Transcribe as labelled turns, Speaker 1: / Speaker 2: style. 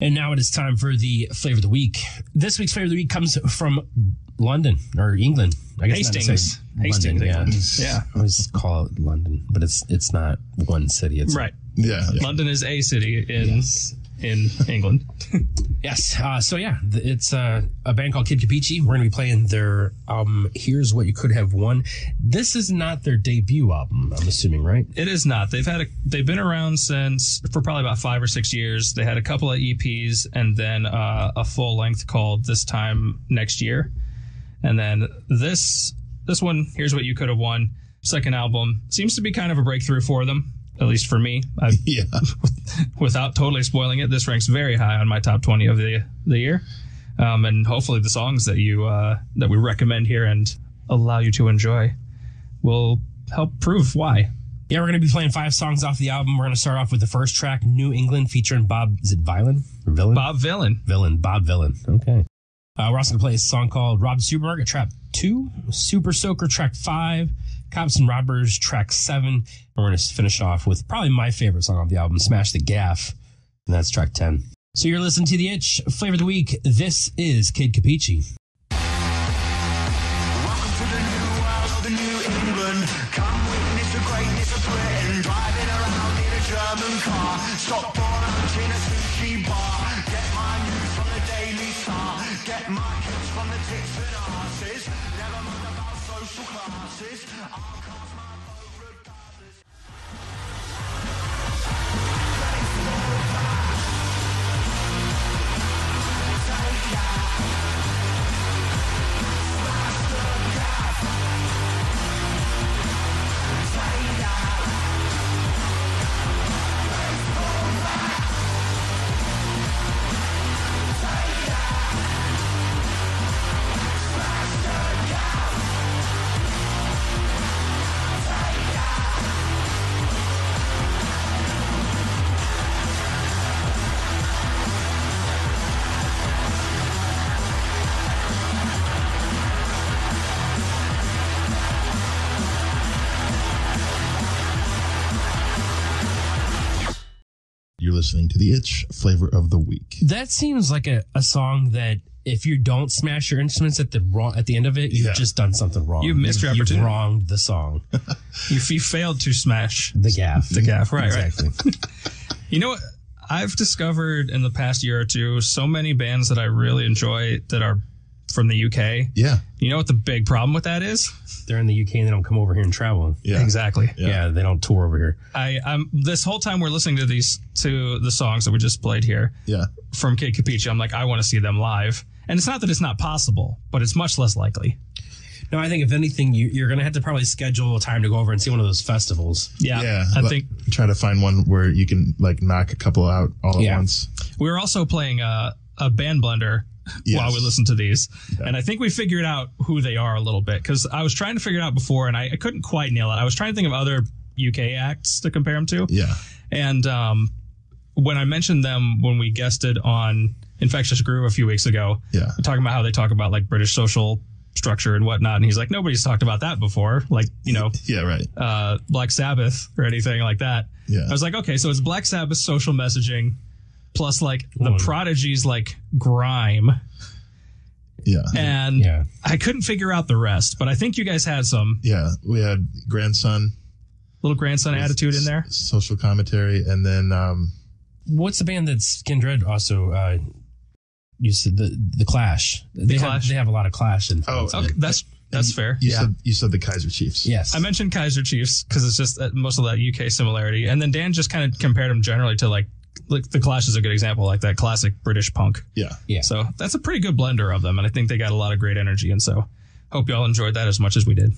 Speaker 1: And now it is time for the flavor of the week. This week's flavor of the week comes from London or England. I guess not
Speaker 2: Hastings.
Speaker 1: necessarily-
Speaker 2: Hastings,
Speaker 1: London,
Speaker 2: England.
Speaker 1: yeah.
Speaker 2: Yeah.
Speaker 1: I always call it London, but it's it's not one city. It's
Speaker 2: Right.
Speaker 3: Yeah.
Speaker 2: London is a city in in England.
Speaker 1: Yes. Uh, so yeah, th- it's uh, a band called Kid Capici. We're going to be playing their album. Here's what you could have won. This is not their debut album. I'm assuming, right?
Speaker 2: It is not. They've had a, they've been around since for probably about five or six years. They had a couple of EPs and then uh, a full length called "This Time Next Year," and then this this one here's what you could have won. Second album seems to be kind of a breakthrough for them, at least for me. I,
Speaker 3: Yeah.
Speaker 2: without totally spoiling it, this ranks very high on my top twenty of the the year, um, and hopefully the songs that you uh, that we recommend here and allow you to enjoy will help prove why.
Speaker 1: Yeah, we're going to be playing five songs off the album. We're going to start off with the first track, New England, featuring Bob. Is it Violin? Or Villain?
Speaker 2: Bob Villain.
Speaker 1: Villain. Bob Villain. Okay. Uh, we're also going to play a song called Rob Supermarket Trap 2, Super Soaker Track 5, Cops and Robbers Track 7. And we're going to finish off with probably my favorite song off the album, Smash the Gaff. And that's track 10. So you're listening to The Itch, Flavor of the Week. This is Kid Capici.
Speaker 4: Welcome to the new world, the new England. Come witness the greatness of Britain. Driving around in a German car. Stop for lunch in a sushi bar. Get my news from the Daily Star. Get my kids from the tits and asses. Never mind about social classes. I'll cast my vote regardless.
Speaker 3: You're listening to the Itch flavor of the week.
Speaker 1: That seems like a, a song that if you don't smash your instruments at the wrong, at the end of it, you've
Speaker 3: Yeah.
Speaker 1: just done something wrong.
Speaker 2: You missed your
Speaker 1: You've
Speaker 2: opportunity.
Speaker 1: wronged the song.
Speaker 2: If you failed to smash
Speaker 1: The gaff.
Speaker 2: the gaff, right, right.
Speaker 1: Exactly.
Speaker 2: You know what? I've discovered in the past year or two so many bands that I really enjoy that are from the UK.
Speaker 3: Yeah.
Speaker 2: You know what the big problem with that is?
Speaker 1: They're in the UK and they don't come over here and travel.
Speaker 3: Yeah.
Speaker 2: Exactly.
Speaker 1: Yeah, they don't tour over here.
Speaker 2: I, I'm this whole time we're listening to these to the songs that we just played here
Speaker 3: Yeah.
Speaker 2: from Kid Capici. I'm like, I want to see them live. And it's not that it's not possible, but it's much less likely.
Speaker 1: No, I think if anything, you, you're going to have to probably schedule a time to go over and see one of those festivals.
Speaker 2: Yeah.
Speaker 3: Yeah.
Speaker 2: I
Speaker 3: but
Speaker 2: think
Speaker 3: try to find one where you can like knock a couple out all
Speaker 1: Yeah.
Speaker 3: at once.
Speaker 2: we were also playing a, a band blender
Speaker 3: Yes.
Speaker 2: while we listened to these and i think we figured out who they are a little bit because i was trying to figure it out before and I, I couldn't quite nail it i was trying to think of other uk acts to compare them to
Speaker 3: Yeah.
Speaker 2: and um, when i mentioned them when we guested on infectious groove a few weeks ago
Speaker 3: Yeah.
Speaker 2: talking about how they talk about like british social structure and whatnot and he's like nobody's talked about that before like you know
Speaker 3: Yeah. Right.
Speaker 2: uh, black sabbath or anything like that
Speaker 3: Yeah.
Speaker 2: I was like, okay, so it's Black Sabbath social messaging plus like the
Speaker 1: Ooh.
Speaker 2: prodigy's like grime.
Speaker 3: Mm-hmm. Yeah.
Speaker 2: And
Speaker 1: Yeah.
Speaker 2: I couldn't figure out the rest, but I think you guys had some
Speaker 3: Yeah. We had grandson
Speaker 2: little grandson attitude in there.
Speaker 3: s- social commentary, and then um,
Speaker 1: What's the band that's Kindred also? Uh, you said the the Clash. they
Speaker 2: Clash?
Speaker 1: Have, they have a lot of Clash influence.
Speaker 3: Oh,
Speaker 1: in it.
Speaker 2: Okay, that's that's fair.
Speaker 3: you said you said the Kaiser Chiefs.
Speaker 1: yes.
Speaker 2: I mentioned Kaiser Chiefs because it's just that most of that UK similarity, and then Dan just kind of compared them generally to like like the Clash is a good example, like that classic British punk.
Speaker 3: Yeah.
Speaker 1: Yeah.
Speaker 2: So that's a pretty good blender of them, and I think they got a lot of great energy, and so hope y'all enjoyed that as much as we did.